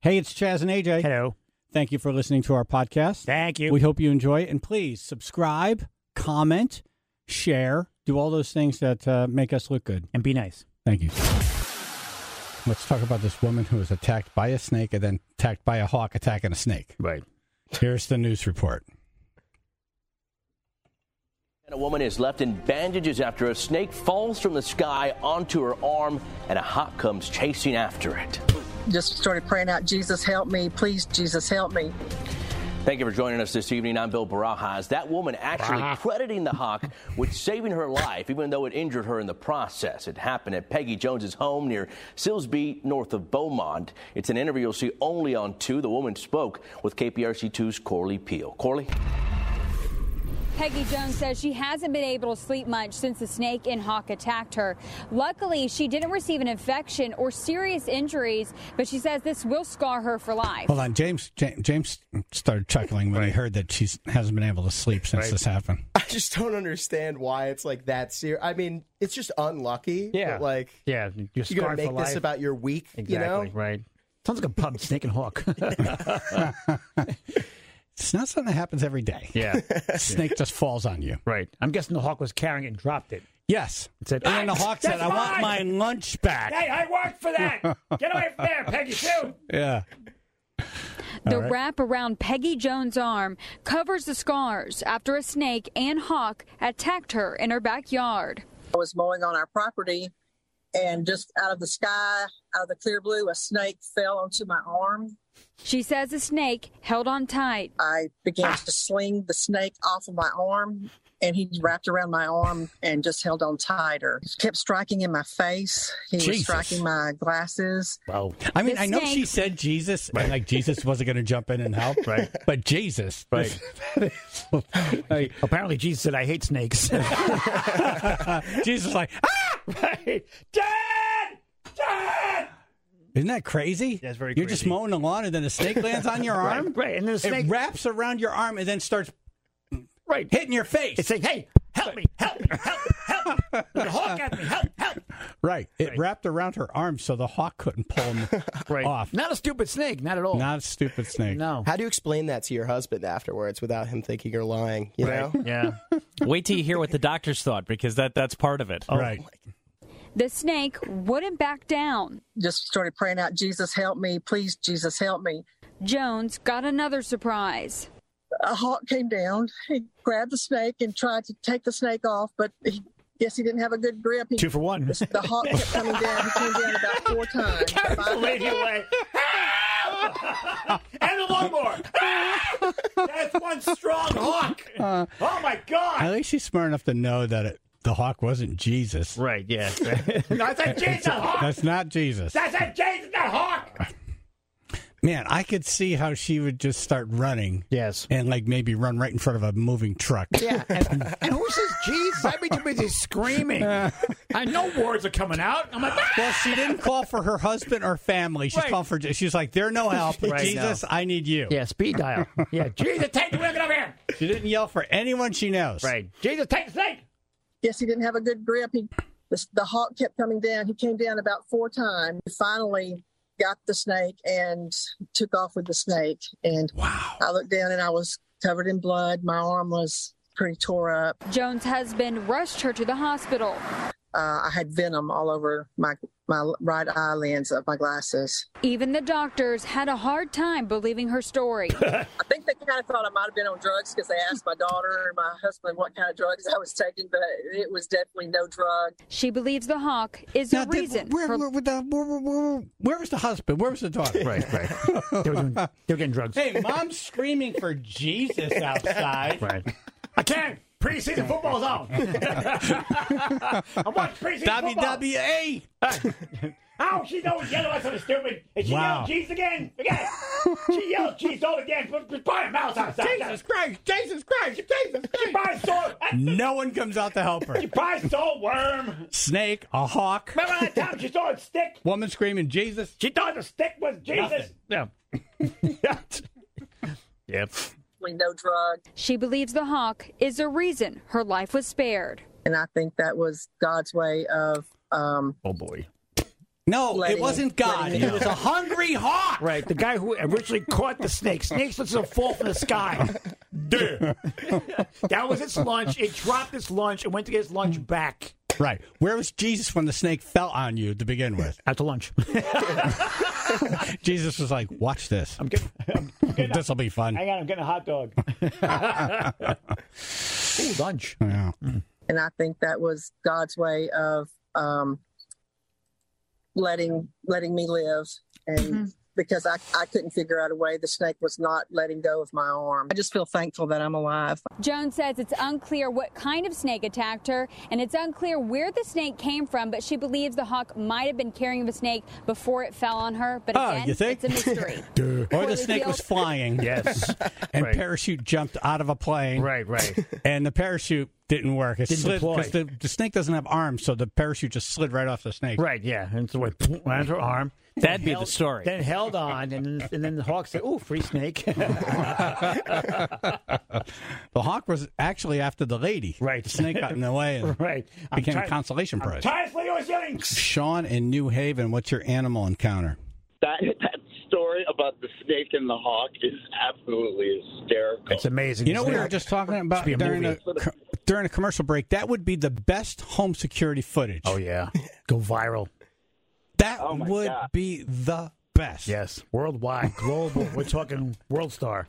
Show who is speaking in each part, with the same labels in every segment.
Speaker 1: Hey, it's Chaz and AJ.
Speaker 2: Hello.
Speaker 1: Thank you for listening to our podcast.
Speaker 2: Thank you.
Speaker 1: We hope you enjoy it. And please subscribe, comment, share, do all those things that uh, make us look good.
Speaker 2: and be nice.
Speaker 1: Thank you. Let's talk about this woman who was attacked by a snake and then attacked by a hawk attacking a snake.
Speaker 2: Right.
Speaker 1: Here's the news report.
Speaker 3: And a woman is left in bandages after a snake falls from the sky onto her arm and a hawk comes chasing after it.
Speaker 4: just started praying out, Jesus, help me. Please, Jesus, help me.
Speaker 3: Thank you for joining us this evening. I'm Bill Barajas. That woman actually crediting the hawk with saving her life, even though it injured her in the process. It happened at Peggy Jones's home near Silsby, north of Beaumont. It's an interview you'll see only on 2. The woman spoke with KPRC2's Corley Peel. Corley?
Speaker 5: Peggy Jones says she hasn't been able to sleep much since the snake and hawk attacked her. Luckily, she didn't receive an infection or serious injuries, but she says this will scar her for life.
Speaker 1: Hold on, James. James, James started chuckling when he heard that she hasn't been able to sleep since this happened.
Speaker 6: I just don't understand why it's like that serious. I mean, it's just unlucky.
Speaker 2: Yeah.
Speaker 6: But like,
Speaker 2: Yeah. You're
Speaker 6: you're gonna
Speaker 2: scarred
Speaker 6: make
Speaker 2: for
Speaker 6: this
Speaker 2: life.
Speaker 6: about your week. You
Speaker 2: Exactly.
Speaker 6: know,
Speaker 2: Right. Sounds like a pub, Snake and Hawk.
Speaker 1: It's not something that happens every day.
Speaker 2: yeah.
Speaker 1: Snake just falls on you.
Speaker 2: Right. I'm guessing the hawk was carrying it and dropped it.
Speaker 1: Yes.
Speaker 2: It said, "Oh,
Speaker 1: and then the hawk said,
Speaker 2: "That's
Speaker 1: "I want my
Speaker 2: mine!"
Speaker 1: lunch back."
Speaker 2: Hey, I worked for that. Get away from there, Peggy Sue.
Speaker 1: Yeah.
Speaker 5: The
Speaker 1: All right.
Speaker 5: wrap around Peggy Jones' arm covers the scars after a snake and hawk attacked her in her backyard.
Speaker 4: I was mowing on our property, and just out of the sky, out of the clear blue, a snake fell onto my arm.
Speaker 5: She says the snake held on tight.
Speaker 4: I began to sling the snake off of my arm, and he wrapped around my arm and just held on tighter. He kept striking in my face. He
Speaker 1: Jesus.
Speaker 4: was striking my glasses.
Speaker 2: Wow.
Speaker 1: I mean,
Speaker 5: The
Speaker 1: I know
Speaker 5: snake-
Speaker 1: she said Jesus, and like Jesus wasn't going to jump in and help,
Speaker 2: Right.
Speaker 1: But Jesus,
Speaker 2: Right.
Speaker 1: like,
Speaker 2: Apparently, Jesus said, I hate snakes.
Speaker 1: Jesus, like, ah!
Speaker 2: right. Dad! Dad!
Speaker 1: isn't that crazy?
Speaker 2: That's very
Speaker 1: You're just
Speaker 2: crazy.
Speaker 1: mowing the lawn, and then a snake lands on your arm.
Speaker 2: Right. right. And then the snake.
Speaker 1: It wraps around your arm and then starts
Speaker 2: right.
Speaker 1: hitting your face.
Speaker 2: It's like, hey, help me, help me, help, help. There's a hawk at me, help, help.
Speaker 1: right. It wrapped around her arm so the hawk couldn't pull him off.
Speaker 2: Not a stupid snake, not at all.
Speaker 1: Not a stupid snake.
Speaker 2: no.
Speaker 6: how do you explain that to your husband afterwards without him thinking you're lying? You know,
Speaker 2: Yeah.
Speaker 7: Wait till you hear what the doctors thought because that that's part of it.
Speaker 2: Oh.
Speaker 1: right.
Speaker 5: The snake wouldn't back down.
Speaker 4: Just started praying out, Jesus, help me. Please, Jesus, help me.
Speaker 5: Jones got another surprise.
Speaker 4: a hawk came down. He grabbed the snake and tried to take the snake off, but he guess he didn't have a good grip. He,
Speaker 2: Two for one.
Speaker 4: the hawk kept coming down. He came down about four times.
Speaker 2: the lady away. and the lawnmower. That's one strong hawk. oh my
Speaker 1: At
Speaker 2: god.
Speaker 1: least she's smart enough to know that it, the hawk wasn't Jesus.
Speaker 2: Right, yeah. That's a Jesus hawk.
Speaker 1: That's not Jesus.
Speaker 2: That's a Jesus hawk.
Speaker 1: Man, I could see how she would just start running
Speaker 2: Yes.
Speaker 1: and like maybe run right in front of a moving truck.
Speaker 2: Yeah, and, and who says Jesus? I'd be too busy screaming. I know words are coming out. I'm like,
Speaker 1: Well, she didn't call for her husband or family. She's
Speaker 2: Right.
Speaker 1: calling for. She's like, "They're no help.
Speaker 2: Right,
Speaker 1: Jesus, I need you."
Speaker 2: yeah, speed dial. Yeah, Jesus, take the women over here.
Speaker 1: She didn't yell for anyone she knows.
Speaker 2: Right, Jesus, take the snake.
Speaker 4: Guess he didn't have a good grip. He the, the hawk kept coming down. He came down about four times. He finally got the snake and took off with the snake. And
Speaker 1: Wow.
Speaker 4: I looked down and I was covered in blood. My arm was pretty tore up.
Speaker 5: Jones' husband rushed her to the hospital.
Speaker 4: Uh, I had venom all over my my right eye lens of my glasses.
Speaker 5: Even the doctors had a hard time believing her story.
Speaker 4: I think they kind of thought I might have been on drugs because they asked my daughter and my husband what kind of drugs I was taking, but it was definitely no drug.
Speaker 5: she believes the hawk is
Speaker 1: Now,
Speaker 5: the
Speaker 1: did-
Speaker 5: reason.
Speaker 1: where,
Speaker 5: for-
Speaker 1: where, where the- where- where- where- where was the husband? Where was the daughter?
Speaker 2: Right, right. They were, doing, they were getting drugs.
Speaker 1: Hey, mom's screaming for Jesus outside.
Speaker 2: Right. I can't. Preseason football's on. I watch preseason
Speaker 1: WWE.
Speaker 2: Oh, she knows yellow at something stupid. And
Speaker 1: she Wow. yelled
Speaker 2: cheese again. Again. she yelled cheese all again. Buy a mouse outside.
Speaker 1: Jesus Christ! Jesus Christ! Jesus Christ!
Speaker 2: Buy a sword.
Speaker 1: No one comes out to help her. oh,
Speaker 2: Buy a soul worm.
Speaker 1: Snake, a hawk,
Speaker 2: Remember that time she saw a stick?
Speaker 1: woman screaming Jesus.
Speaker 2: She thought the stick was Jesus. Yeah. yep.
Speaker 4: We no drug,
Speaker 5: she believes the hawk is the reason her life was spared.
Speaker 4: and I think that was God's way of um,
Speaker 2: Oh boy.
Speaker 1: No,
Speaker 4: Letting-
Speaker 1: it wasn't God.
Speaker 4: letting it
Speaker 1: It was a hungry hawk.
Speaker 8: Right, the guy who originally caught the snake. Snakes let them fall from the sky. Duh. that was its lunch. It dropped its lunch and went to get its lunch back
Speaker 1: Right. Where was Jesus when the snake fell on you to begin with?
Speaker 8: after lunch.
Speaker 1: Jesus was like, "Watch this. this will be fun."
Speaker 8: Hang on, I'm getting a hot dog. Ooh, lunch.
Speaker 1: Yeah.
Speaker 4: and I think that was God's way of um, letting letting me live, and because I I couldn't figure out a way, the snake was not letting go of my arm. I just feel thankful that I'm alive.
Speaker 5: Jones says it's unclear what kind of snake attacked her, and it's unclear where the snake came from, but she believes the hawk might have been carrying a snake before it fell on her. But
Speaker 1: Oh,
Speaker 5: again,
Speaker 1: you think?
Speaker 5: it's a mystery.
Speaker 1: Or
Speaker 5: Poorly
Speaker 1: the snake was
Speaker 5: built.
Speaker 1: flying
Speaker 8: Yes.
Speaker 1: and
Speaker 8: Right.
Speaker 1: parachute jumped out of a plane,
Speaker 8: Right, right.
Speaker 1: and the parachute didn't work. It
Speaker 8: Didn't
Speaker 1: slid
Speaker 8: deploy.
Speaker 1: because the, the snake doesn't have arms, so the parachute just slid right off the snake.
Speaker 8: Right, yeah. And so it lands her arm.
Speaker 7: That'd be the
Speaker 8: Held-
Speaker 7: story.
Speaker 8: Then held on, and, and then the hawk said, "Ooh, free snake!"
Speaker 1: The hawk was actually after the lady.
Speaker 8: Right.
Speaker 1: The snake got in the way and
Speaker 8: right, I'm
Speaker 1: became
Speaker 8: tired-
Speaker 1: a consolation
Speaker 8: I'm
Speaker 1: prize.
Speaker 8: tired of Leo Jennings.
Speaker 1: Sean in New Haven, what's your animal encounter?
Speaker 9: that that story about the snake and the hawk is absolutely hysterical.
Speaker 8: It's amazing.
Speaker 1: You know,
Speaker 8: isn't
Speaker 1: we were
Speaker 8: it?
Speaker 1: just talking about
Speaker 8: be a
Speaker 1: during a,
Speaker 8: movie.
Speaker 1: co- during a commercial break. That would be the best home security footage.
Speaker 8: Oh yeah, go viral.
Speaker 1: That
Speaker 9: Oh, my
Speaker 1: would
Speaker 9: God.
Speaker 1: be the best.
Speaker 8: Yes, worldwide, global. we're talking world star.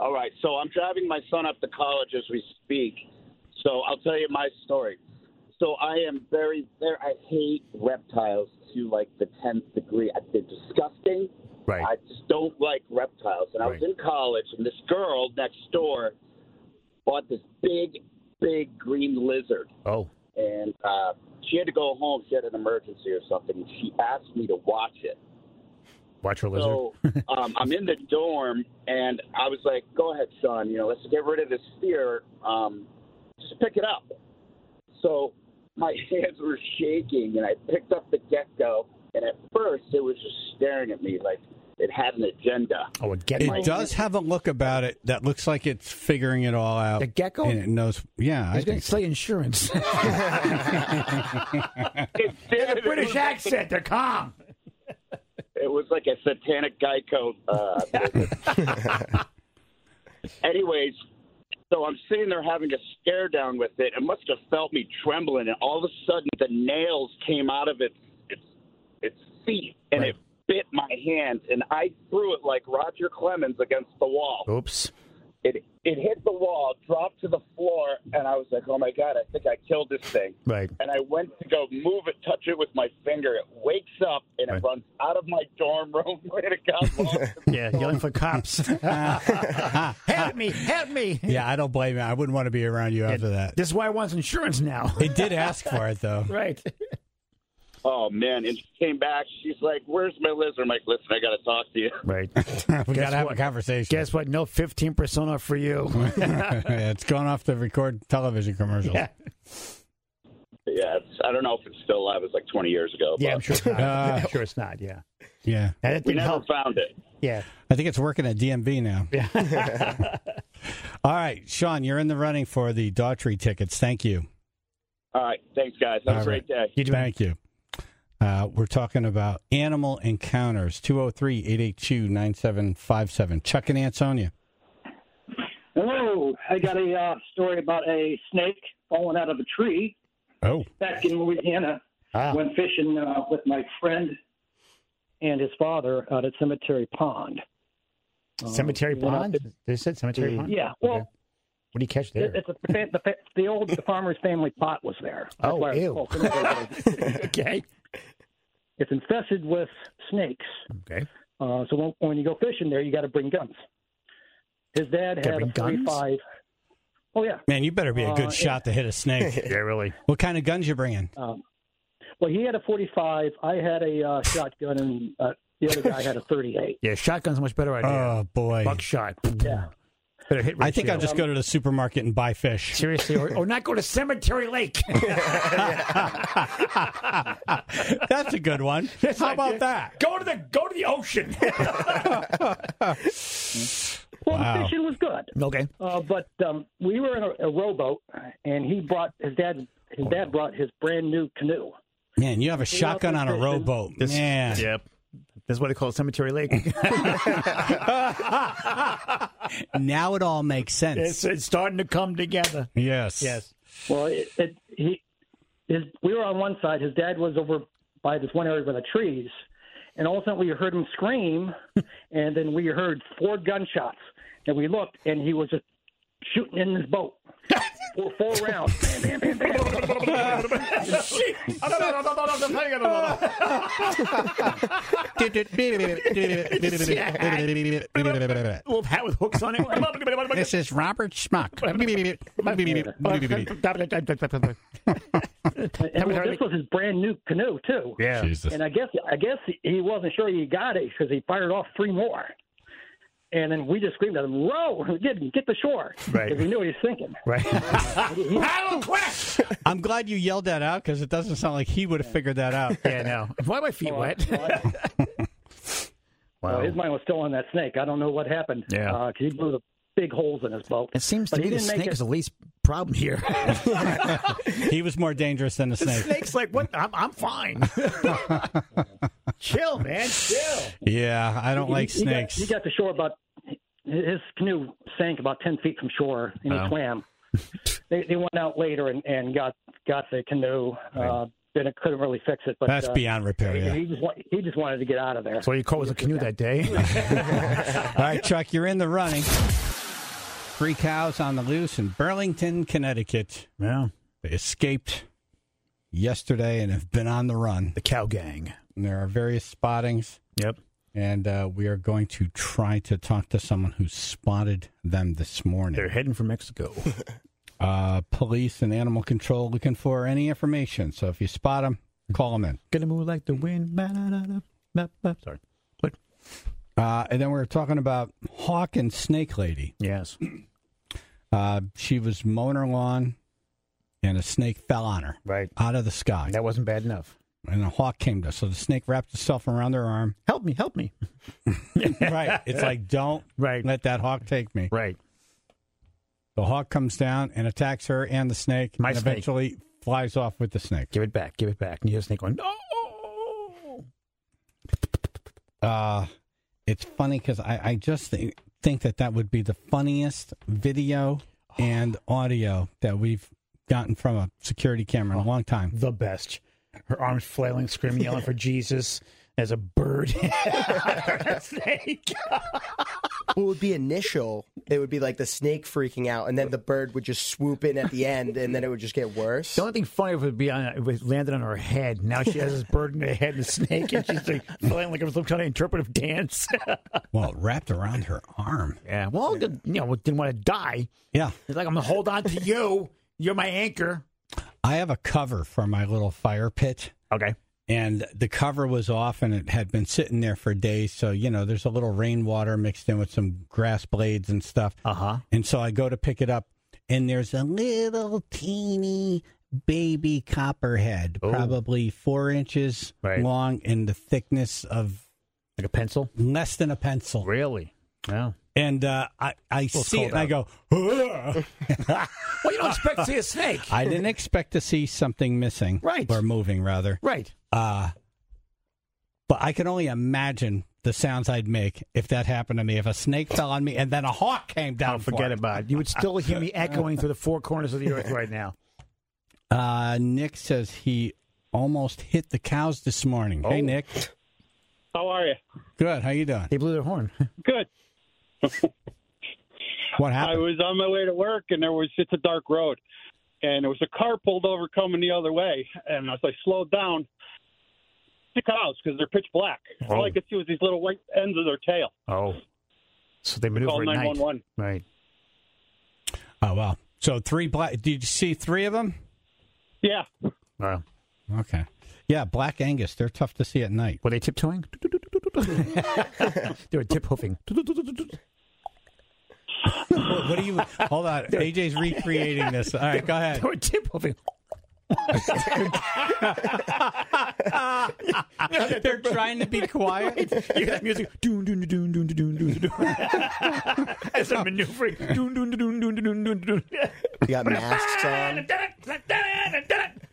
Speaker 9: All right, so I'm driving my son up to college as we speak. So I'll tell you my story. So I am very, very. I hate reptiles to like the tenth degree. I- They're disgusting.
Speaker 8: Right.
Speaker 9: I just don't like reptiles. And I was
Speaker 8: Right.
Speaker 9: in college, and this girl next door bought this big, big green lizard.
Speaker 8: Oh,
Speaker 9: and uh, she had to go home. She had an emergency or something. And she asked me to watch it.
Speaker 8: watch her lizard.
Speaker 9: So um, I'm in the dorm, and I was like, "Go ahead, son. You know, let's get rid of this fear. Um, just pick it up." So my hands were shaking, and I picked up the gecko. And at first, it was just staring at me like it had an agenda.
Speaker 8: oh, and get
Speaker 1: It
Speaker 8: my
Speaker 1: does have a look about it that looks like it's figuring it all out.
Speaker 8: The gecko?
Speaker 1: and it knows. Yeah, I
Speaker 8: He's going
Speaker 1: think
Speaker 8: to say insurance.
Speaker 9: It did.
Speaker 8: a British accent. They're calm.
Speaker 9: It was like a satanic Geico. Uh, anyways, so I'm sitting there having a stare down with it. It must have felt me trembling, and all of a sudden the nails came out of its its its feet, and it bit my hand, and I threw it like Roger Clemens against the wall.
Speaker 2: Oh.
Speaker 8: Oops.
Speaker 9: It it hit the wall, dropped to the floor, and I was like, "Oh my god, I think I killed this thing."
Speaker 8: Right.
Speaker 9: and I went to go move it, touch it with my finger. It wakes up and it runs out of my dorm room where it got lost.
Speaker 8: Yeah, yelling for cops. help me! Help me!
Speaker 1: yeah, I don't blame you. I wouldn't want to be around you after that.
Speaker 8: This is why I want insurance now.
Speaker 1: It did ask for it though.
Speaker 8: right.
Speaker 9: oh man! And she came back. She's like, "Where's my lizard?" I'm like, "Listen, I got to talk to you."
Speaker 8: Right.
Speaker 1: we got
Speaker 8: Guess
Speaker 1: to have
Speaker 8: what?
Speaker 1: a conversation.
Speaker 8: Guess what? No fifteen percent off for you.
Speaker 1: yeah, it's going off to record television commercials.
Speaker 8: yeah.
Speaker 9: Yeah, it's, I don't know if it's still alive. It's like 20 years ago.
Speaker 8: Yeah, I'm
Speaker 9: but
Speaker 8: sure it's not.
Speaker 1: Uh,
Speaker 8: I'm sure it's not. Yeah.
Speaker 1: yeah.
Speaker 8: And it
Speaker 9: We
Speaker 8: didn't
Speaker 9: never
Speaker 8: help.
Speaker 9: found it.
Speaker 8: Yeah.
Speaker 1: I think it's working at DMV now.
Speaker 8: Yeah.
Speaker 1: All right, Sean, you're in the running for the Daughtry tickets. Thank you.
Speaker 9: All right, thanks guys. Have
Speaker 1: All
Speaker 9: a great day.
Speaker 8: You doing?
Speaker 1: Thank you. Uh, we're talking about animal encounters. 203 882 9757. Chuck and Ansonia.
Speaker 10: Hello, I got a uh, story about a snake falling out of a tree
Speaker 1: Oh.
Speaker 10: back in Louisiana.
Speaker 8: Ah.
Speaker 10: Went fishing uh, with my friend and his father out at Cemetery Pond.
Speaker 8: Cemetery
Speaker 10: went out
Speaker 8: pond. They said cemetery pond.
Speaker 10: Yeah, well,
Speaker 8: Okay. What do you catch
Speaker 10: it,
Speaker 8: there?
Speaker 10: it's a, fa- the, fa- the old the farmer's family pot was there. That's
Speaker 8: Oh,
Speaker 10: why it's
Speaker 8: ew.
Speaker 10: called Cemetery Pond.
Speaker 8: okay.
Speaker 10: it's infested with snakes.
Speaker 8: Okay.
Speaker 10: Uh, so when, when you go fishing there, you got to bring guns. His dad
Speaker 8: Gotta
Speaker 10: had
Speaker 8: bring
Speaker 10: a
Speaker 8: guns?
Speaker 10: 45. Oh yeah,
Speaker 1: Man, you better be a good
Speaker 10: Uh,
Speaker 1: shot to hit a snake.
Speaker 8: Yeah, really.
Speaker 1: what kind of guns you bringing?
Speaker 10: Um, well, he had a 45. I had a uh, shotgun, and uh, the other guy had a 38.
Speaker 8: Yeah, shotgun's a much better idea.
Speaker 1: Oh, boy.
Speaker 8: Buckshot.
Speaker 10: Yeah.
Speaker 8: Better hit.
Speaker 1: I think I'll
Speaker 8: ratio.
Speaker 1: just go to the supermarket and buy fish.
Speaker 8: seriously, or, or not go to Cemetery Lake.
Speaker 1: That's a good one. How about that?
Speaker 8: Go to the go to the ocean.
Speaker 10: Well,
Speaker 1: Wow.
Speaker 10: the fishing was good,
Speaker 8: okay.
Speaker 10: uh, but um, we were in a, a rowboat, and he brought his dad. His dad brought his brand new canoe,
Speaker 1: Man, you have a shotgun on a
Speaker 10: fishing.
Speaker 1: rowboat.
Speaker 2: This-
Speaker 1: Man.
Speaker 2: Yep. That's what they call Cemetery Lake.
Speaker 1: Now it all makes sense.
Speaker 8: It's, it's starting to come together.
Speaker 1: yes.
Speaker 8: Yes.
Speaker 10: Well, it, it, he, his, we were on one side. His dad was over by this one area by the trees, and all of a sudden we heard him scream, and then we heard four gunshots, and we looked, and he was just shooting in his boat. for four rounds. Bam, bam, bam, bam, bam, bam, bam.
Speaker 2: That's
Speaker 8: Wolf hat with hooks on it.
Speaker 1: This is Robert Schmuck.
Speaker 10: And well, this was his brand new canoe too.
Speaker 2: Yeah.
Speaker 1: Jesus.
Speaker 10: And I guess I guess he wasn't sure he got it because he fired off three more. And then we just screamed at him, "Row! Get get the shore!"
Speaker 2: Right.
Speaker 10: Because we knew what he was thinking.
Speaker 2: Right.
Speaker 8: Paddle quick!
Speaker 1: I'm glad you yelled that out because it doesn't sound like he would have figured that out.
Speaker 2: Yeah, no. Why are my feet wet?
Speaker 10: Uh,
Speaker 2: Wow.
Speaker 10: his mind was still on that snake. I don't know what happened.
Speaker 2: Yeah.
Speaker 10: Uh, 'cause he blew the big holes in his boat.
Speaker 2: It seems
Speaker 10: But
Speaker 2: to
Speaker 10: he
Speaker 2: be the
Speaker 10: didn't make
Speaker 2: snake
Speaker 10: it-
Speaker 2: is the least problem here.
Speaker 1: He was more dangerous than the
Speaker 8: The
Speaker 1: snake.
Speaker 8: snake's like, what? I'm, I'm fine. chill, man, chill.
Speaker 1: Yeah, I don't like
Speaker 10: he, he got-
Speaker 1: snakes.
Speaker 10: He got, to shore about his canoe sank about ten feet from shore, and he
Speaker 2: Oh.
Speaker 10: swam. they, they went out later and, and got got the canoe. Uh, then it couldn't really fix it, but
Speaker 1: That's
Speaker 10: uh,
Speaker 1: beyond repair.
Speaker 10: he-
Speaker 1: Yeah.
Speaker 10: He just wa- he just wanted to get out of there.
Speaker 2: So you caught was a canoe that day.
Speaker 1: All right, Chuck, you're in the running. Three cows on the loose in Burlington, Connecticut.
Speaker 2: Yeah.
Speaker 1: They escaped yesterday and have been on the run.
Speaker 2: The cow gang.
Speaker 1: And there are various spottings,
Speaker 2: Yep.
Speaker 1: and uh, we are going to try to talk to someone who spotted them this
Speaker 2: They're
Speaker 1: morning.
Speaker 2: heading for Mexico.
Speaker 1: Uh, police and animal control looking for any information. So if you spot them, call them in.
Speaker 2: Gonna move like the wind. Ba-da-da-da. Ba-ba. Sorry. What?
Speaker 1: Uh, and then we were talking about Hawk and Snake Lady.
Speaker 2: Yes.
Speaker 1: Uh, she was mowing her lawn, and a snake fell on her
Speaker 2: Right.
Speaker 1: out of the sky.
Speaker 2: That wasn't bad enough.
Speaker 1: And a hawk came to her. So the snake wrapped itself around her arm.
Speaker 2: Help me, help me.
Speaker 1: right. It's like, don't
Speaker 2: Right.
Speaker 1: let that hawk take me.
Speaker 2: Right.
Speaker 1: The hawk comes down and attacks her and the snake,
Speaker 2: My
Speaker 1: and
Speaker 2: snake.
Speaker 1: eventually flies off with the snake.
Speaker 2: Give it back, give it back. And you hear the snake going, no.
Speaker 1: Uh, it's funny because I, I just think, think that that would be the funniest video and audio that we've gotten from a security camera in a long time.
Speaker 2: Oh, The best. Her arms flailing, screaming, yelling for Jesus as a bird. snake.
Speaker 6: Well, it would be initial. It would be like the snake freaking out, and then the bird would just swoop in at the end, and then it would just get worse.
Speaker 2: The only thing funny would be on, if it landed on her head. Now she has this bird in her head and a snake, and she's like playing like it was some kind of interpretive dance.
Speaker 1: Well, it wrapped around her arm.
Speaker 2: yeah. Well, did- you know, didn't want to die.
Speaker 1: Yeah.
Speaker 2: It's like I'm gonna hold on to you. You're my anchor.
Speaker 1: I have a cover for my little fire pit.
Speaker 2: Okay.
Speaker 1: and the cover was off and it had been sitting there for days so you know there's a little rainwater mixed in with some grass blades and stuff
Speaker 2: Uh huh.
Speaker 1: and so i go to pick it up and there's a little teeny baby copperhead
Speaker 2: Oh.
Speaker 1: probably four inches
Speaker 2: Right.
Speaker 1: long and the thickness of
Speaker 2: Like a pencil.
Speaker 1: less than a pencil
Speaker 2: Really? No.
Speaker 1: and uh, i, I
Speaker 2: it's
Speaker 1: see it and i go
Speaker 2: cold
Speaker 1: "Ugh."
Speaker 8: Well, you don't expect to see a snake.
Speaker 1: i didn't expect to see something missing
Speaker 2: Right.
Speaker 1: or moving rather
Speaker 2: Right.
Speaker 1: Uh, but I can only imagine the sounds I'd make if that happened to me. If a snake fell on me and then a hawk came down.
Speaker 2: I'll forget
Speaker 1: for
Speaker 2: about it. You would still hear me echoing through the four corners of the earth right now.
Speaker 1: it. Uh, Nick says he almost hit the cows this morning.
Speaker 2: Oh.
Speaker 1: Hey, Nick.
Speaker 10: How are you?
Speaker 1: Good. How you doing?
Speaker 2: They blew their horn.
Speaker 10: Good.
Speaker 1: What happened?
Speaker 10: was on my way to work, and there was it's a dark road, and there was a car pulled over coming the other way, and as I slowed down, the cows because they're pitch black.
Speaker 2: All I
Speaker 1: Oh.
Speaker 2: could
Speaker 10: see was these little white ends of their tail.
Speaker 2: Oh. So they maneuver
Speaker 10: Call
Speaker 2: at night.
Speaker 10: 911.
Speaker 2: Right.
Speaker 1: oh wow. So three black. Did you see three of them?
Speaker 10: Yeah,
Speaker 2: Wow.
Speaker 1: Okay. Yeah, black Angus. They're tough to see at night.
Speaker 2: Were they tiptoeing? they were tip hoofing.
Speaker 1: What, what do you? Hold on. AJ's recreating this. All right, go ahead.
Speaker 2: They were tip hoofing.
Speaker 1: They're trying to be quiet.
Speaker 2: You hear that music? Doon, doon, doon, doon, doon, doon, doon. As they're maneuvering. Doon, doon, doon, doon, doon, doon, doon.
Speaker 6: You got masks on.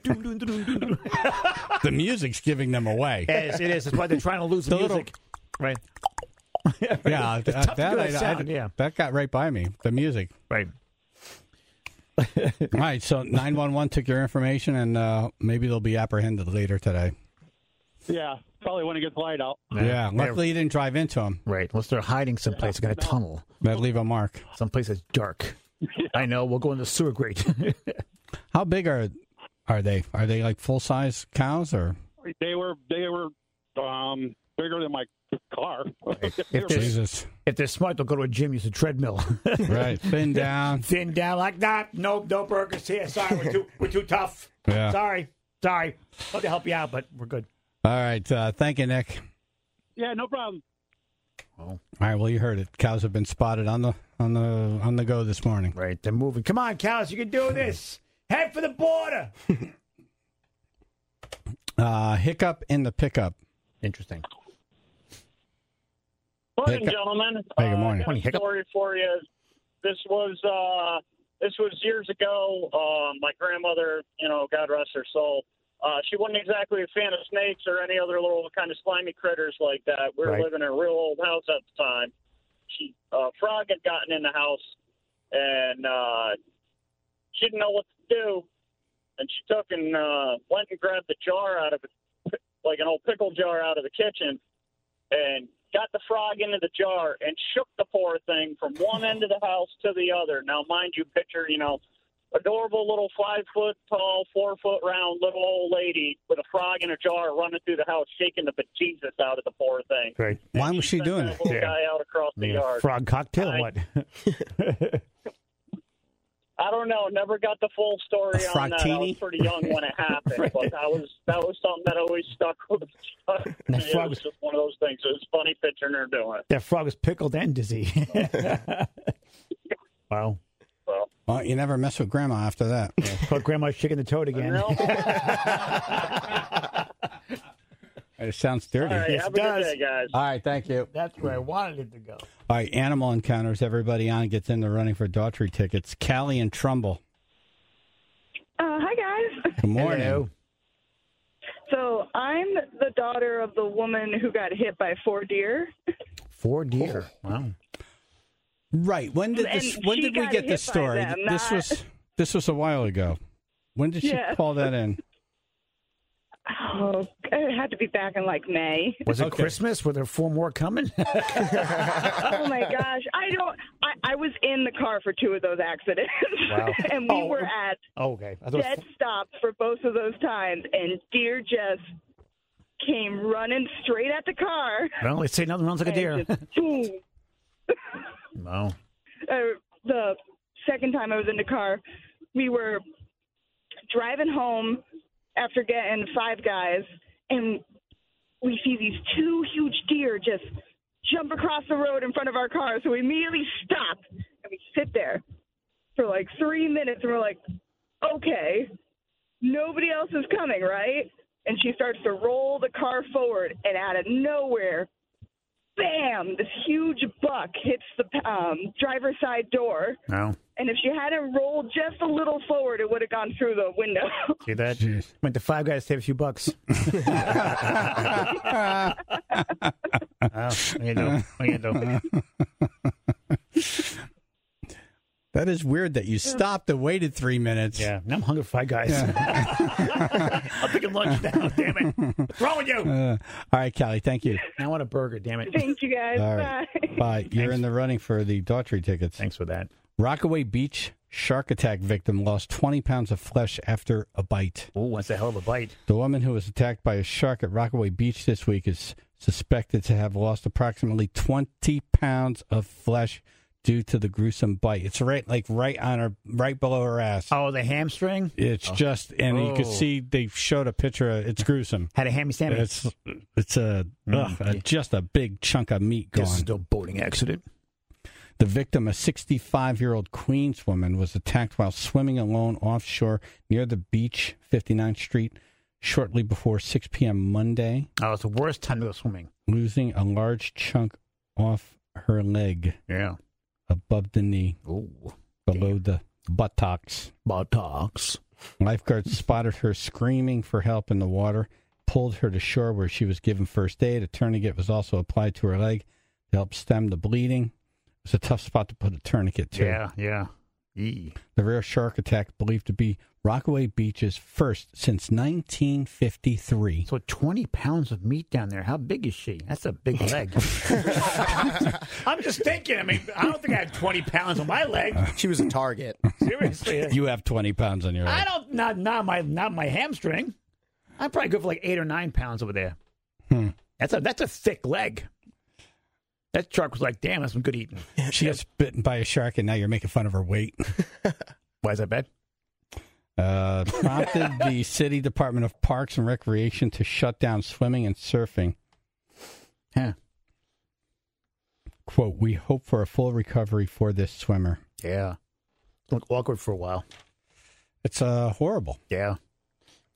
Speaker 2: Doon, doon, doon, doon, doon.
Speaker 1: The music's giving them away.
Speaker 2: Yes, it is. That's why they're trying to lose the
Speaker 1: The little-
Speaker 2: music. Right.
Speaker 1: Yeah,
Speaker 2: It's tough to do
Speaker 1: that, that,
Speaker 2: that
Speaker 1: I- I-
Speaker 2: sound, yeah.
Speaker 1: that got right by me. The music.
Speaker 2: Right.
Speaker 1: All right, so 911 took your information, and uh, maybe they'll be apprehended later today.
Speaker 11: Yeah, probably when it gets light out.
Speaker 1: Yeah, luckily you didn't drive into them.
Speaker 2: Right. Unless they're hiding someplace, like in a tunnel,
Speaker 1: That'd leave a mark.
Speaker 2: someplace that's dark. I know. We'll go in the sewer grate.
Speaker 1: How big are are they? Are they like full size cows or?
Speaker 11: They were they were um, bigger than my car. They
Speaker 2: If
Speaker 11: were-
Speaker 2: they're,
Speaker 1: Jesus,
Speaker 2: if they're smart, they'll go to a gym, use a treadmill.
Speaker 1: right? Thin down.
Speaker 2: Thin down like that. Nope, no burgers here. Sorry, we're too, we're too tough.
Speaker 1: Yeah.
Speaker 2: Sorry, sorry. Love to help you out, but we're good.
Speaker 1: All right, uh, thank you, Nick.
Speaker 11: yeah, no problem.
Speaker 1: All right, well you heard it. Cows have been spotted on the on the on the go this morning.
Speaker 2: Right, they're moving. Come on, cows, you can do this. Head for the border.
Speaker 1: Uh, hiccup in the pickup.
Speaker 2: Interesting.
Speaker 11: Morning,
Speaker 1: Hiccup.
Speaker 11: gentlemen.
Speaker 1: Hey, good morning.
Speaker 11: Uh, I got
Speaker 2: Morning,
Speaker 11: a
Speaker 2: Hiccup.
Speaker 11: story for you. This was uh, this was years ago. Um, my grandmother, you know, God rest her soul. Uh, she wasn't exactly a fan of snakes or any other little kind of slimy critters like that. We were
Speaker 2: Right.
Speaker 11: living in a real old house at the time. She uh, frog had gotten in the house, and uh, she didn't know what to do. And she took and uh, went and grabbed the jar out of it, like an old pickle jar out of the kitchen, and got the frog into the jar and shook the poor thing from one end of the house to the other. Now, mind you, picture, you know, adorable little five foot tall, four foot round little old lady with a frog in a jar running through the house, shaking the bejesus out of the poor thing.
Speaker 2: Right.
Speaker 1: Why was she
Speaker 11: Sent
Speaker 1: doing
Speaker 11: that
Speaker 1: that?
Speaker 11: Little
Speaker 2: Yeah.
Speaker 11: guy out across the
Speaker 2: Need a
Speaker 11: yard.
Speaker 2: frog cocktail, or
Speaker 11: I-
Speaker 2: what?
Speaker 11: I don't know. Never got the full story
Speaker 1: A
Speaker 11: on that. I was
Speaker 1: frogtini?
Speaker 11: pretty young when it happened, but that was that was something that always stuck with me.
Speaker 2: That
Speaker 11: It
Speaker 2: frog
Speaker 11: was
Speaker 2: was-
Speaker 11: just one of those things. It was funny picturing her doing it.
Speaker 2: that frog is pickled and dizzy. wow.
Speaker 11: So.
Speaker 1: Well, you never mess with grandma after that.
Speaker 2: But grandma's shaking the toad again.
Speaker 11: No.
Speaker 1: It sounds dirty.
Speaker 11: All right, have a
Speaker 2: does.
Speaker 11: good day, guys.
Speaker 1: All right, thank you.
Speaker 2: That's where I wanted it to go.
Speaker 1: All right, animal encounters. Everybody on gets into running for Daughtry tickets. Callie and Trumbull.
Speaker 12: Uh, hi, guys.
Speaker 1: Good morning.
Speaker 2: Hello.
Speaker 12: So I'm the daughter of the woman who got hit by four deer.
Speaker 2: Four deer. Wow.
Speaker 1: Right. When did this?
Speaker 12: And
Speaker 1: When
Speaker 12: she
Speaker 1: did we
Speaker 12: got
Speaker 1: get
Speaker 12: hit
Speaker 1: this
Speaker 12: by
Speaker 1: story?
Speaker 12: them,
Speaker 1: This
Speaker 12: not-
Speaker 1: was this was a while ago. When did she
Speaker 12: Yeah.
Speaker 1: call that in?
Speaker 12: Oh, it had to be back in like May.
Speaker 2: Was it
Speaker 1: Okay.
Speaker 2: Christmas? Were there four more coming?
Speaker 12: oh my gosh, I don't. I, I was in the car for two of those accidents,
Speaker 2: Wow.
Speaker 12: and we
Speaker 2: Oh.
Speaker 12: were at
Speaker 2: oh, okay. I thought it was
Speaker 12: dead stops for both of those times, and deer just came running straight at the car.
Speaker 2: I don't say nothing runs like a deer.
Speaker 12: and just boom.
Speaker 2: Wow.
Speaker 12: uh, the second time I was in the car, we were driving home after getting five guys, and we see these two huge deer just jump across the road in front of our car. So we immediately stop and we sit there for like three minutes, and we're like, okay, nobody else is coming, right? And she starts to roll the car forward, and out of nowhere, bam, this huge buck hits the um, driver's side door.
Speaker 2: Wow.
Speaker 12: And if she hadn't rolled just a little forward, it would have gone through the window.
Speaker 2: See that?
Speaker 1: Oh,
Speaker 2: Went to Five Guys to save a few bucks. oh, you know, you know.
Speaker 1: That is weird that you stopped and waited three minutes.
Speaker 2: Yeah, now I'm hungry for Five Guys. I'm picking lunch now. Damn it! What's wrong with you?
Speaker 1: Uh, all right, Callie. Thank you.
Speaker 2: I want a burger. Damn it!
Speaker 12: Thank you guys.
Speaker 1: All right.
Speaker 12: Bye.
Speaker 1: Bye. You're in the running for the Daughtry tickets.
Speaker 2: Thanks for that.
Speaker 1: Rockaway Beach shark attack victim lost 20 pounds of flesh after a bite.
Speaker 2: Oh, that's a hell of a bite.
Speaker 1: The woman who was attacked by a shark at Rockaway Beach this week is suspected to have lost approximately 20 pounds of flesh due to the gruesome bite. It's right, like right on her, right below her ass.
Speaker 2: Oh, the hamstring
Speaker 1: It's just, and you could
Speaker 2: Oh.
Speaker 1: see they showed a picture. Of, it's gruesome.
Speaker 2: had a hammy sandwich. Mm.
Speaker 1: It's it's a, ugh, a- just a big chunk of meat gone.
Speaker 2: no boating accident.
Speaker 1: The victim, a 65 year old Queens woman, was attacked while swimming alone offshore near the beach, 59th Street, shortly before 6 p.m. Monday,
Speaker 2: Oh, it's the worst time to go swimming.
Speaker 1: losing a large chunk off her leg.
Speaker 2: Yeah.
Speaker 1: Above the knee. Below the buttocks.
Speaker 2: Buttocks.
Speaker 1: Lifeguards spotted her screaming for help in the water, pulled her to shore where she was given first aid. A tourniquet was also applied to her leg to help stem the bleeding. It was a tough spot to put a tourniquet to.
Speaker 2: Yeah, yeah. Yee.
Speaker 1: The rare shark attack believed to be Rockaway Beach's first since 1953.
Speaker 2: So 20 pounds of meat down there. How big is she? That's a big leg.
Speaker 13: I'm just thinking. I mean, I don't think I had 20 pounds on my leg.
Speaker 14: She was a target.
Speaker 13: Seriously,
Speaker 1: You have 20 pounds on your
Speaker 13: I
Speaker 1: leg.
Speaker 13: don't. Not not my not my hamstring.
Speaker 2: I'd probably go for like eight or nine pounds over there.
Speaker 1: Hmm.
Speaker 2: That's a that's a thick leg. That shark was like, damn, that's some good eating.
Speaker 1: She gets bitten by a shark, and now you're making fun of her weight.
Speaker 2: Why is that bad?
Speaker 1: Uh, prompted the city department of parks and recreation to shut down swimming and surfing.
Speaker 2: Huh.
Speaker 1: Quote, we hope for a full recovery for this swimmer.
Speaker 2: Yeah. Look awkward for a while.
Speaker 1: It's uh, horrible.
Speaker 2: Yeah.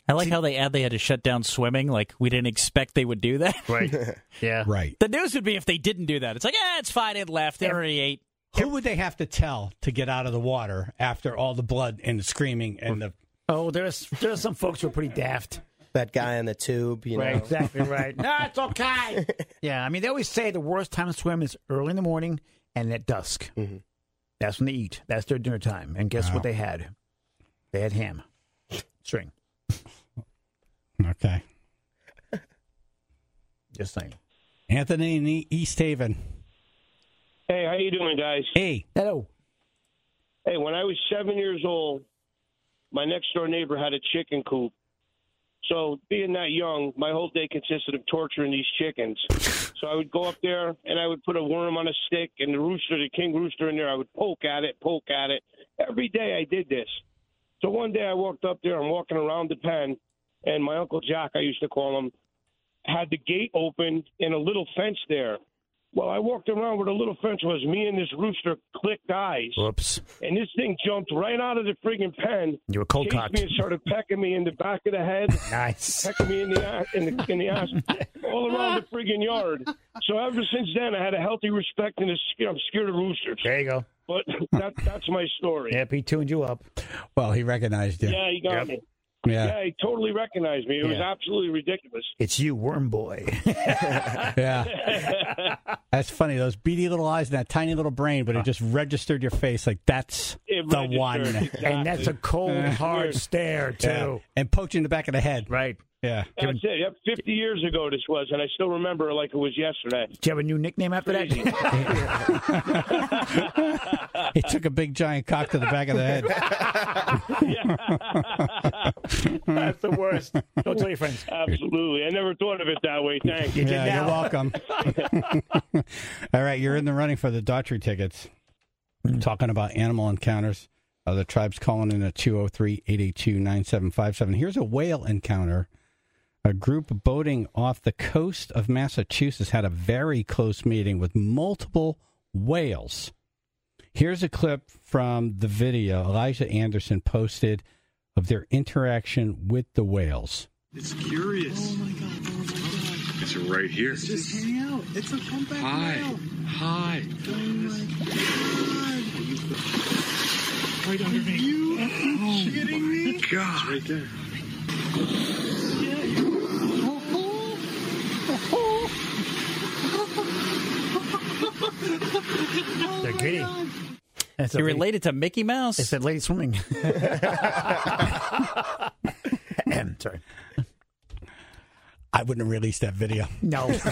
Speaker 7: I like how they add they had to shut down swimming. Like we didn't expect they would do that.
Speaker 2: Right. yeah.
Speaker 1: Right.
Speaker 7: The news would be if they didn't do that. It's like, ah, it's fine. It left. It already ate.
Speaker 1: Who would they have to tell to get out of the water after all the blood and the screaming and the
Speaker 2: Oh, there's there's some folks who are pretty daft.
Speaker 14: That guy on the tube, you
Speaker 2: Right,
Speaker 14: know.
Speaker 2: exactly right. No, it's okay. yeah, I mean, they always say the worst time to swim is early in the morning and at dusk.
Speaker 14: Mm-hmm.
Speaker 2: That's when they eat. That's their dinner time. And guess what they had? They had ham, string.
Speaker 1: okay?
Speaker 2: Just saying.
Speaker 1: Anthony in E- East Haven.
Speaker 8: Hey, how you doing, guys?
Speaker 1: Hey,
Speaker 2: Hello.
Speaker 8: Hey, when I was seven years old, my next door neighbor had a chicken coop. So, being that young, my whole day consisted of torturing these chickens. so, I would go up there and I would put a worm on a stick and the rooster, the king rooster in there, I would poke at it, poke at it. Every day I did this. So, one day I walked up there, I'm walking around the pen, and my Uncle Jack, I used to call him, had the gate open and a little fence there. Well, I walked around where the little fence was. Me and this rooster clicked eyes
Speaker 2: Whoops.
Speaker 8: and this thing jumped right out of the friggin' pen.
Speaker 2: You were cold
Speaker 8: chased
Speaker 2: cocked.
Speaker 8: me and started pecking me in the back of the head,
Speaker 2: Nice.
Speaker 8: pecking me in the ass, in the, in the ass, all around the friggin' yard. So ever since then, I had a healthy respect and a, sca- I'm scared of roosters.
Speaker 2: There you go.
Speaker 8: But that, that's my story.
Speaker 2: Yep, he tuned you up.
Speaker 1: well, he recognized you.
Speaker 8: Yeah, he got
Speaker 2: Yep.
Speaker 8: me.
Speaker 1: Yeah,
Speaker 8: Yeah, he totally recognized me. It was
Speaker 1: Yeah.
Speaker 8: absolutely ridiculous.
Speaker 2: It's you, Worm Boy.
Speaker 1: yeah. That's funny. Those beady little eyes and that tiny little brain, but it just registered your face like that's
Speaker 8: It
Speaker 1: the
Speaker 8: registered.
Speaker 1: one.
Speaker 8: Exactly.
Speaker 2: and that's a cold, hard stare, too.
Speaker 1: Yeah. And poked you in the back of the head.
Speaker 2: Right.
Speaker 1: Yeah.
Speaker 8: That's it. Yep, 50 years ago this was, and I still remember it like it was yesterday.
Speaker 2: Do you have a new nickname after that?
Speaker 8: Crazy.
Speaker 1: He took a big giant cock to the back of the head.
Speaker 2: that's the worst. Don't tell your friends.
Speaker 8: Uh, Absolutely. I never thought of it that way. Thanks.
Speaker 2: You did
Speaker 1: Yeah,
Speaker 2: now.
Speaker 1: you're welcome. All right, you're in the running for the Daughtry tickets. Talking about animal encounters. Uh, the tribe's calling in at 203 882 9757. Here's a whale encounter. A group boating off the coast of Massachusetts had a very close meeting with multiple whales. Here's a clip from the video Elijah Anderson posted of their interaction with the whales.
Speaker 15: It's curious. oh It's right here. just hang out. It's a comeback. Oh Hi. Hi. Right under me. You oh, kidding me? God. It's right there.
Speaker 2: They're giddy.
Speaker 15: Oh
Speaker 2: That's a
Speaker 7: You
Speaker 2: lady-
Speaker 7: related to Mickey Mouse?
Speaker 2: It said lady swimming. Ahem, Sorry.
Speaker 1: I wouldn't release that video.
Speaker 2: No.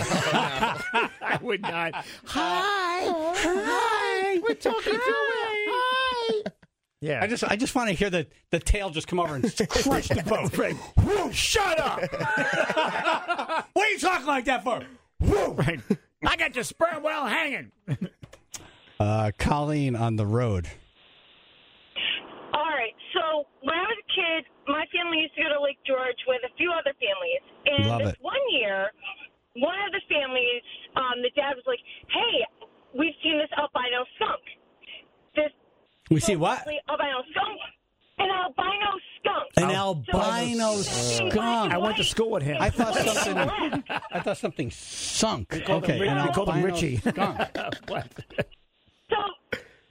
Speaker 2: I would not. Hi. Hi. We're talking to Hi. Yeah.
Speaker 1: I just I just want to hear the the tail just come over and crush the boat.
Speaker 2: Right.
Speaker 1: Woo, shut up! what are you talking like that for?
Speaker 2: Woo! Right. I got your sperm well hanging.
Speaker 1: Uh, Colleen on the road.
Speaker 16: All right. So when I was a kid, my family used to go to Lake George with a few other families. And
Speaker 1: Love
Speaker 16: this
Speaker 1: it.
Speaker 16: one year, one of the families, um, the dad was like, hey, we've seen this albino skunk.
Speaker 1: We see what?
Speaker 16: Albino skunk. An albino skunk.
Speaker 1: An albino skunk.
Speaker 2: I went to school with him.
Speaker 1: I thought something. I thought something sunk.
Speaker 2: They called him
Speaker 1: okay,
Speaker 2: Ri-
Speaker 1: an
Speaker 2: they called him
Speaker 1: albino
Speaker 2: Richie.
Speaker 1: skunk.
Speaker 16: So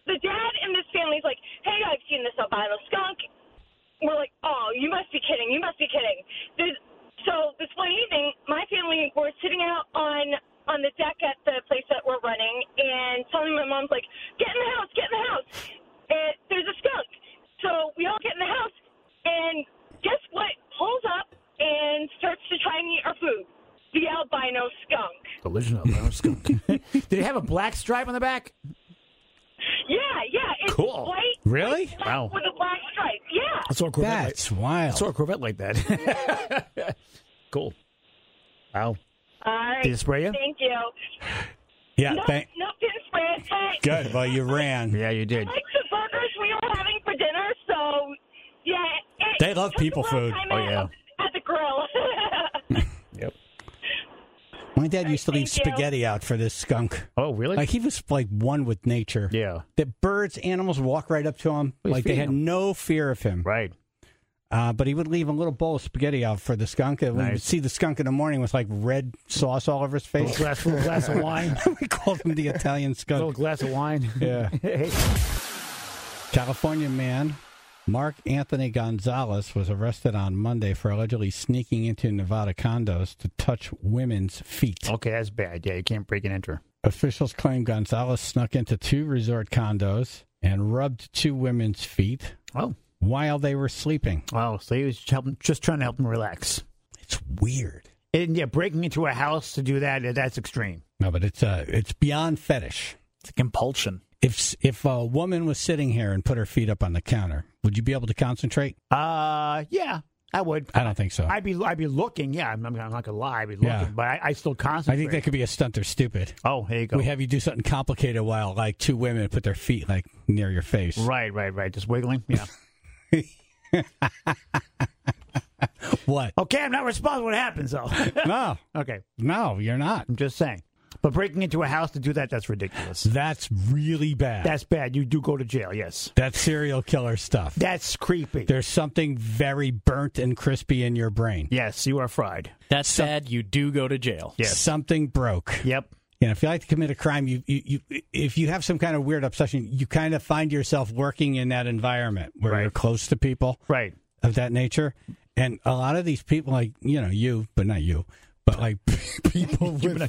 Speaker 16: the dad in this family's like, "Hey, I've seen this albino skunk." We're like, "Oh, you must be kidding! You must be kidding!" There's, so this one evening, my family were sitting out on on the deck at the place that we're running, and suddenly my mom's like, "Get in the house! Get in the house! And there's a skunk!" So we all get in the house, and guess what? Pulls up and starts to try and eat our food. The albino skunk.
Speaker 2: Collision of Brown skunk. Did it have a black stripe on the back?
Speaker 16: Yeah, yeah, it's
Speaker 2: Cool.
Speaker 16: white
Speaker 2: Really? Wow.
Speaker 16: with a black stripe. Yeah.
Speaker 2: I saw a Corvette. That's
Speaker 1: wild.
Speaker 2: I saw a Corvette like that. cool. Wow.
Speaker 16: All right.
Speaker 2: Did it spray you?
Speaker 16: Thank you.
Speaker 1: Yeah,
Speaker 16: no,
Speaker 1: thank-
Speaker 16: no, didn't spray us. Hey,
Speaker 1: Good. Well, you ran.
Speaker 2: Yeah, you did.
Speaker 16: like the burgers we were having for dinner, so yeah. It
Speaker 1: They love
Speaker 16: took a
Speaker 1: people
Speaker 16: long
Speaker 1: food.
Speaker 16: time
Speaker 1: Oh,
Speaker 16: at- At the grill.
Speaker 1: My dad used to leave
Speaker 16: thank you.
Speaker 1: spaghetti out for this skunk.
Speaker 2: Oh, really?
Speaker 1: Like he was like one with nature.
Speaker 2: Yeah.
Speaker 1: The birds, animals walk right up to him.
Speaker 2: Well, he's
Speaker 1: like they
Speaker 2: feeding
Speaker 1: had
Speaker 2: them.
Speaker 1: no fear of him.
Speaker 2: Right.
Speaker 1: Uh, but he would leave a little bowl of spaghetti out for the skunk. And We would
Speaker 2: Nice.
Speaker 1: see the skunk in the morning with like red sauce all over his face.
Speaker 2: Little glass- little glass of wine.
Speaker 1: we called him the Italian skunk.
Speaker 2: Little glass of wine.
Speaker 1: Yeah.
Speaker 2: Hey.
Speaker 1: California man Mark Anthony Gonzalez was arrested on Monday for allegedly sneaking into Nevada condos to touch women's feet.
Speaker 2: Okay, that's bad. Yeah, you can't break and enter.
Speaker 1: Officials claim Gonzalez snuck into two resort condos and rubbed two women's feet
Speaker 2: Oh.
Speaker 1: while they were sleeping.
Speaker 2: Wow. So he was just helping, just trying to help him relax.
Speaker 1: It's weird.
Speaker 2: And yeah, breaking into a house to do that, that's extreme.
Speaker 1: No, but it's uh, it's beyond fetish.
Speaker 7: It's a compulsion.
Speaker 1: If if a woman was sitting here and put her feet up on the counter, would you be able to concentrate?
Speaker 2: Uh, yeah, I would.
Speaker 1: I don't think so.
Speaker 2: I'd be, I'd be looking. Yeah, I'm, I'm not gonna lie. I'd be looking,
Speaker 1: Uh. Yeah.
Speaker 2: but I, I still
Speaker 1: I
Speaker 2: concentrate.
Speaker 1: think that could be a stunt or stupid.
Speaker 2: Oh, here you go.
Speaker 1: We have you do something complicated while like two women put their feet like near your face.
Speaker 2: right, right, right. Just wiggling. Yeah.
Speaker 1: What?
Speaker 2: Okay, I'm not responsible. for What happens though?
Speaker 1: No,
Speaker 2: okay,
Speaker 1: no, you're not.
Speaker 2: I'm just saying. But breaking into a house to do that—that's ridiculous.
Speaker 1: That's really bad.
Speaker 2: That's bad. You do go to jail. Yes,
Speaker 1: That's serial killer stuff.
Speaker 2: that's creepy.
Speaker 1: There's something very burnt and crispy in your brain.
Speaker 2: Yes, you are fried.
Speaker 7: That's sad. You do go to jail.
Speaker 2: Yes.
Speaker 1: Something broke.
Speaker 2: Yep.
Speaker 1: You know, if you like to commit a crime, you, you, you if you have some kind of weird obsession, you kind of find yourself working in that environment where you're close to people
Speaker 2: Right.
Speaker 1: of that nature. And a lot of these people, like you know, you, but not you, but like people with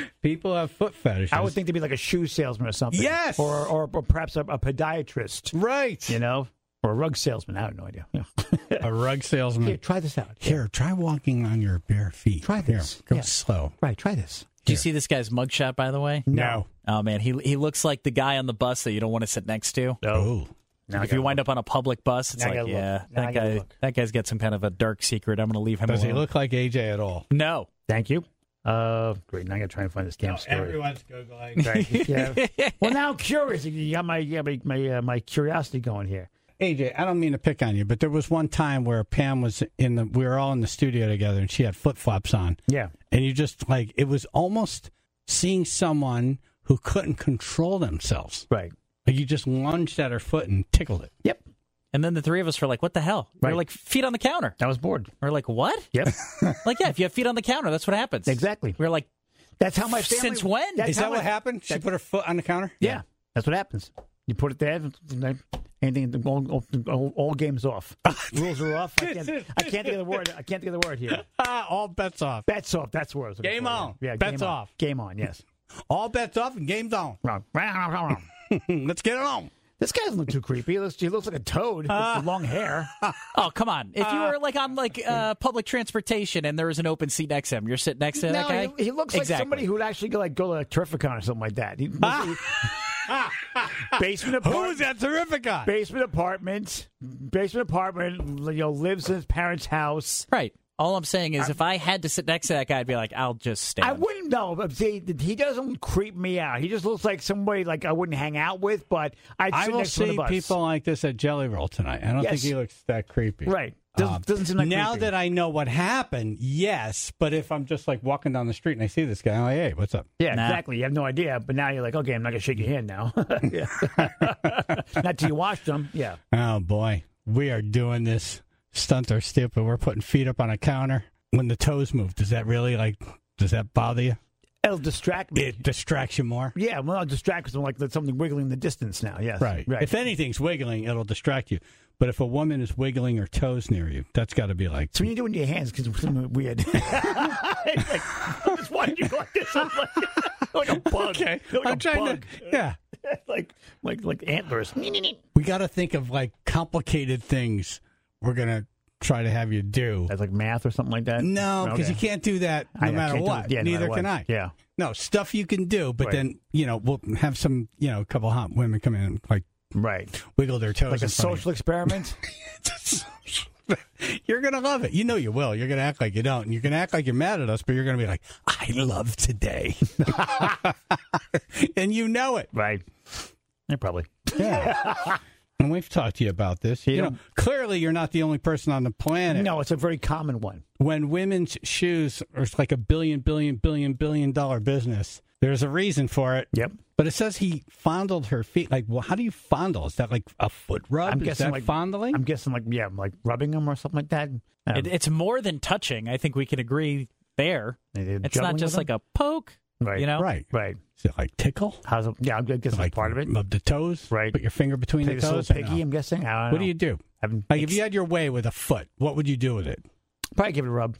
Speaker 1: people have foot fetishes.
Speaker 2: I would think to be like a shoe salesman or something.
Speaker 1: Yes.
Speaker 2: Or or, or perhaps a, a podiatrist.
Speaker 1: right,
Speaker 2: You know, or a rug salesman. I have no idea. Yeah.
Speaker 1: a rug
Speaker 2: Here,
Speaker 1: salesman.
Speaker 2: try this out.
Speaker 1: Here, try walking on your bare feet.
Speaker 2: Try
Speaker 1: Here,
Speaker 2: this.
Speaker 1: go
Speaker 2: Yeah.
Speaker 1: slow.
Speaker 2: Right. Try this.
Speaker 7: Do you see this guy's mugshot, by the way?
Speaker 1: No.
Speaker 7: Oh man, he he looks like the guy on the bus that you don't want to sit next to.
Speaker 1: Oh,
Speaker 2: Now I
Speaker 7: if you
Speaker 2: gotta
Speaker 7: wind up on a public bus, it's
Speaker 2: Now I
Speaker 7: like,
Speaker 2: gotta look.
Speaker 7: yeah,
Speaker 2: Now I
Speaker 7: that
Speaker 2: gotta
Speaker 7: guy,
Speaker 2: look.
Speaker 7: that guy's got some kind of a dark secret. I'm going to leave him
Speaker 1: does he
Speaker 7: alone.
Speaker 1: look like AJ at all?
Speaker 7: No.
Speaker 2: Oh. Thank you. Uh, great. Now I gotta try and find this damn story.
Speaker 1: googling.
Speaker 2: Right. yeah. Well, now I'm curious. You got my yeah, my my, uh, my curiosity going here.
Speaker 1: AJ, I don't mean to pick on you, but there was one time where Pam was in the. We were all in the studio together, and she had flip flops on,
Speaker 2: Yeah.
Speaker 1: and you just like it was almost seeing someone who couldn't control themselves.
Speaker 2: Right.
Speaker 1: Like you just lunged at her foot and tickled it.
Speaker 2: Yep.
Speaker 7: And then the three of us were like, what the hell? We
Speaker 2: Right.
Speaker 7: We're like, feet on the counter.
Speaker 2: I was bored.
Speaker 7: We're like, what?
Speaker 2: Yep.
Speaker 7: like, yeah, if you have feet on the counter, that's what happens.
Speaker 2: exactly.
Speaker 7: We're like,
Speaker 2: That's how my family.
Speaker 7: Since when?
Speaker 2: That's
Speaker 1: Is
Speaker 2: how
Speaker 1: that what
Speaker 2: my-
Speaker 1: happened? She put her foot on the counter.
Speaker 2: Yeah. That's what happens. You put it there. Anything. All, all, all, all games off. Rules are off. I can't, I can't think of the word. I can't think of the word here.
Speaker 1: Ah, all bets off.
Speaker 2: Bets off. That's where I was. looking
Speaker 1: Game
Speaker 2: for, yeah.
Speaker 1: on.
Speaker 2: Yeah.
Speaker 1: Bets
Speaker 2: game on.
Speaker 1: off.
Speaker 2: Game on. Yes.
Speaker 1: All bets off and game's on.
Speaker 2: Wrong.
Speaker 1: Let's get it on.
Speaker 2: This guy doesn't look too creepy. He looks, he looks like a toad with the long hair.
Speaker 7: oh, come on. If you were like on like uh, public transportation and there was an open seat next to him, you're sitting next to that
Speaker 2: No,
Speaker 7: guy?
Speaker 2: he, he looks like
Speaker 7: Exactly.
Speaker 2: somebody who would actually go like go to like Terrificon or something like that. He, basement
Speaker 1: Who
Speaker 2: apartment.
Speaker 1: is that terrific guy?
Speaker 2: Basement apartment. Basement apartment. You know, lives in his parents' house.
Speaker 7: Right. All I'm saying is, if I had to sit next to that guy, I'd be like, I'll just stand.
Speaker 2: I wouldn't know, but see, he doesn't creep me out. He just looks like somebody like I wouldn't hang out with, but I'd sit
Speaker 1: I will
Speaker 2: next to him on
Speaker 1: see
Speaker 2: the bus.
Speaker 1: people like this at Jelly Roll tonight. I don't think
Speaker 2: Yes.
Speaker 1: he looks that creepy.
Speaker 2: Right.
Speaker 1: Doesn't, seem like now that I know what happened, yes. But if I'm just like walking down the street and I see this guy, I'm like, hey, what's up?
Speaker 2: Yeah, exactly. You have no idea, but now you're like, okay, I'm not gonna shake your hand now. Yeah. not till you wash them. Yeah.
Speaker 1: Oh boy, we are doing this stunt or stupid. We're putting feet up on a counter when the toes move. Does that really like? Does that bother you?
Speaker 2: It'll distract me.
Speaker 1: It distracts you more.
Speaker 2: Yeah, well, I'll distract because I'm like there's something wiggling in the distance now. Yes.
Speaker 1: Right.
Speaker 2: Right.
Speaker 1: If anything's wiggling, it'll distract you. But if a woman is wiggling her toes near you, that's got to be like.
Speaker 2: so when you do it with your hands, because it's weird. it's like, I'm just watching you like this. I'm like, like a bug.
Speaker 1: Okay.
Speaker 2: Like
Speaker 1: I'm
Speaker 2: a
Speaker 1: trying to-
Speaker 2: bug.
Speaker 1: yeah.
Speaker 2: like like like antlers.
Speaker 1: We got to think of like complicated things we're going to try to have you do. That's
Speaker 2: like math or something like that?
Speaker 1: No, because
Speaker 2: Uh, Okay.
Speaker 1: you can't do that
Speaker 2: I- I
Speaker 1: no matter
Speaker 2: can't do it.
Speaker 1: what.
Speaker 2: Yeah, no matter
Speaker 1: Neither
Speaker 2: what.
Speaker 1: can I.
Speaker 2: Yeah.
Speaker 1: No, stuff you can do, but
Speaker 2: Right.
Speaker 1: then, you know, we'll have some, you know, a couple hot women come in and like
Speaker 2: right.
Speaker 1: wiggle their toes.
Speaker 2: Like a
Speaker 1: in front of
Speaker 2: social experiment.
Speaker 1: you. You're going to love it. You know you will. You're going to act like you don't. And you're going to act like you're mad at us, but you're going to be like, I love today. and you know it.
Speaker 2: Right. Yeah, probably.
Speaker 1: Yeah. and we've talked to you about this. You, know, clearly you're not the only person on the planet.
Speaker 2: No, it's a very common one.
Speaker 1: When women's shoes are like a billion, billion, billion, billion dollar business, there's a reason for it.
Speaker 2: Yep.
Speaker 1: But it says he fondled her feet. Like, well, how do you fondle? Is that like a foot rub?
Speaker 2: I'm
Speaker 1: Is
Speaker 2: guessing
Speaker 1: that
Speaker 2: like
Speaker 1: fondling.
Speaker 2: I'm guessing like yeah, like rubbing them or something like that. Uh,
Speaker 7: It, it's more than touching. I think we can agree there. It's not just like a poke.
Speaker 2: Right.
Speaker 7: You know.
Speaker 1: Right.
Speaker 2: Right.
Speaker 1: Is it like tickle?
Speaker 2: How's it? Yeah, I'm guessing like part of it.
Speaker 1: Of the toes.
Speaker 2: Right.
Speaker 1: Put your finger between
Speaker 2: Play
Speaker 1: the
Speaker 2: this little
Speaker 1: toes. or
Speaker 2: piggy,
Speaker 1: no?
Speaker 2: I'm guessing. I don't
Speaker 1: What
Speaker 2: know.
Speaker 1: do you do?
Speaker 2: Haven't-
Speaker 1: Like, if you had your way with a foot, what would you do with it?
Speaker 2: Probably give it a rub.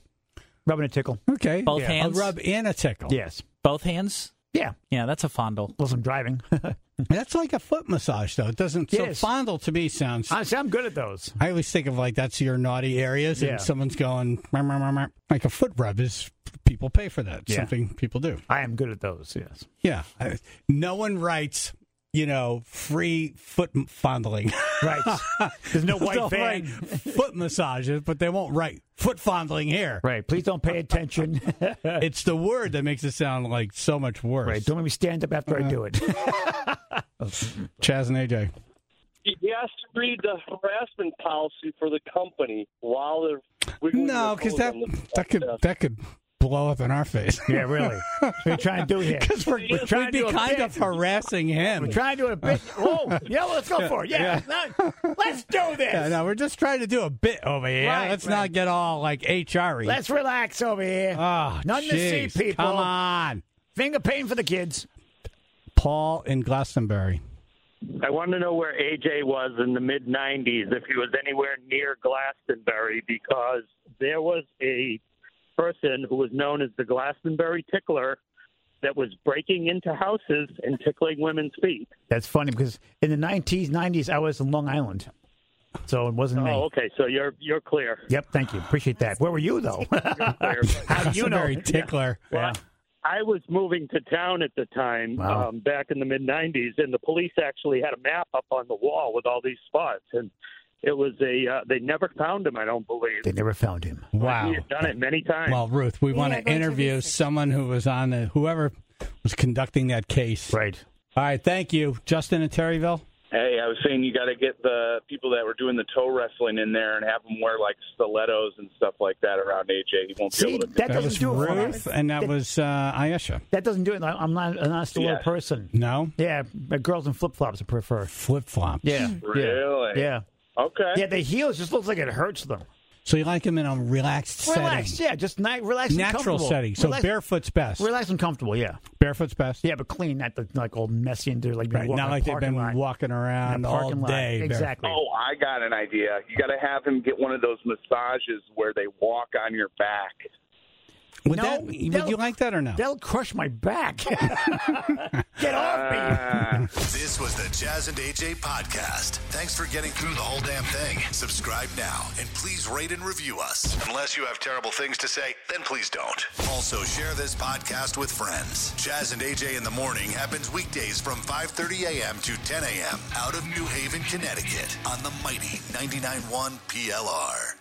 Speaker 2: Rub and a tickle.
Speaker 1: Okay.
Speaker 7: Both
Speaker 1: Yeah.
Speaker 7: hands.
Speaker 1: A rub and a tickle.
Speaker 2: Yes.
Speaker 7: Both hands.
Speaker 2: Yeah.
Speaker 7: Yeah, that's a fondle.
Speaker 2: Plus, I'm driving.
Speaker 1: That's like a foot massage, though. It doesn't. so
Speaker 2: Yes.
Speaker 1: fondle to me sounds.
Speaker 2: Honestly, I'm good at those.
Speaker 1: I always think of like that's your naughty areas,
Speaker 2: Yeah.
Speaker 1: and someone's going "Mer, mer, mer, mer." like a foot rub is people pay for that.
Speaker 2: Yeah.
Speaker 1: Something people do.
Speaker 2: I am good at those. Yes.
Speaker 1: Yeah, I- no one writes, you know, free foot m- fondling.
Speaker 2: Right. There's no white
Speaker 1: They'll
Speaker 2: van.
Speaker 1: write foot massages, but they won't write foot fondling here.
Speaker 2: Right. Please don't pay attention.
Speaker 1: It's the word that makes it sound like so much worse.
Speaker 2: Right. Don't make me stand up after I do it.
Speaker 1: Chaz and AJ.
Speaker 17: He has to read the harassment policy for the company while they're wiggling
Speaker 1: No,
Speaker 17: their
Speaker 1: because
Speaker 17: toes
Speaker 1: that
Speaker 17: on the-
Speaker 1: that could that could blow up in our face.
Speaker 2: yeah, really. What are you trying to do here?
Speaker 1: Because we're,
Speaker 2: We're trying
Speaker 1: we'd
Speaker 2: to
Speaker 1: be
Speaker 2: do a
Speaker 1: kind
Speaker 2: bit.
Speaker 1: of harassing him.
Speaker 2: We're trying to do a bit. Oh, yeah, let's go for it. Yeah. no, let's do this.
Speaker 1: Yeah, no, we're just trying to do a bit over here.
Speaker 2: Right,
Speaker 1: Let's
Speaker 2: right.
Speaker 1: not get all like HR.
Speaker 2: Let's relax over here.
Speaker 1: Oh,
Speaker 2: None to
Speaker 1: jeez,
Speaker 2: see, people.
Speaker 1: Come on.
Speaker 2: Finger pain for the kids.
Speaker 1: Paul in Glastonbury.
Speaker 18: I want to know where AJ was in the mid 90s, if he was anywhere near Glastonbury, because there was a person who was known as the Glastonbury Tickler that was breaking into houses and tickling women's feet.
Speaker 2: That's funny because in the 90s, 90s, I was in Long Island. So it wasn't me.
Speaker 18: Oh, okay. So you're you're clear.
Speaker 2: Yep, thank you. Appreciate that. Where were you, though? How do you know?
Speaker 1: Glastonbury tickler.
Speaker 2: Yeah.
Speaker 18: I was moving to town at the time,
Speaker 2: Wow.
Speaker 18: um, back in the mid '90s, and the police actually had a map up on the wall with all these spots, and it was a uh, they never found him. I don't believe.
Speaker 2: They never found him.
Speaker 1: Wow.
Speaker 18: He had done it many times.
Speaker 1: Well, Ruth, we want to interview someone who was on the whoever was conducting that case.
Speaker 2: Right.
Speaker 1: All right. Thank you, Justin in Terryville.
Speaker 19: Hey, I was saying you got to get the people that were doing the toe wrestling in there and have them wear like stilettos and stuff like that around AJ. He won't be able to.
Speaker 2: that doesn't
Speaker 1: was
Speaker 2: do it for us.
Speaker 1: Ruth, and that, was uh, Ayesha.
Speaker 2: That doesn't do it. I- I'm not, I'm not a stiletto
Speaker 1: Yeah.
Speaker 2: person.
Speaker 1: No?
Speaker 2: Yeah, but girls in flip flops I prefer.
Speaker 1: Flip flops.
Speaker 2: Yeah.
Speaker 19: Really?
Speaker 2: Yeah.
Speaker 19: Okay.
Speaker 2: Yeah, the heels just looks like it hurts them.
Speaker 1: So you like him in a relaxed
Speaker 2: Relax.
Speaker 1: setting,
Speaker 2: Yeah, just night, relax. and
Speaker 1: natural
Speaker 2: comfortable.
Speaker 1: setting. So
Speaker 2: Relax-
Speaker 1: barefoot's best.
Speaker 2: Relax and comfortable, yeah.
Speaker 1: Barefoot's best.
Speaker 2: Yeah, but clean, not the, like all messy and dirty. Like
Speaker 1: Right. Not like they've been
Speaker 2: walking
Speaker 1: walking around
Speaker 2: the
Speaker 1: all
Speaker 2: parking lot.
Speaker 1: day. bare-
Speaker 2: Exactly.
Speaker 19: Oh, I got an idea. You got to have him get one of those massages where they walk on your back.
Speaker 1: Would that? Would you like that or no?
Speaker 2: They'll crush my back. Get
Speaker 19: off me.
Speaker 20: this was the Jazz and AJ podcast. Thanks for getting through the whole damn thing. Subscribe now and please rate and review us. Unless you have terrible things to say, then please don't. Also, share this podcast with friends. Jazz and AJ in the morning happens weekdays from 5:30 a.m. to 10 a.m. out of New Haven, Connecticut, on the mighty 99.1 PLR.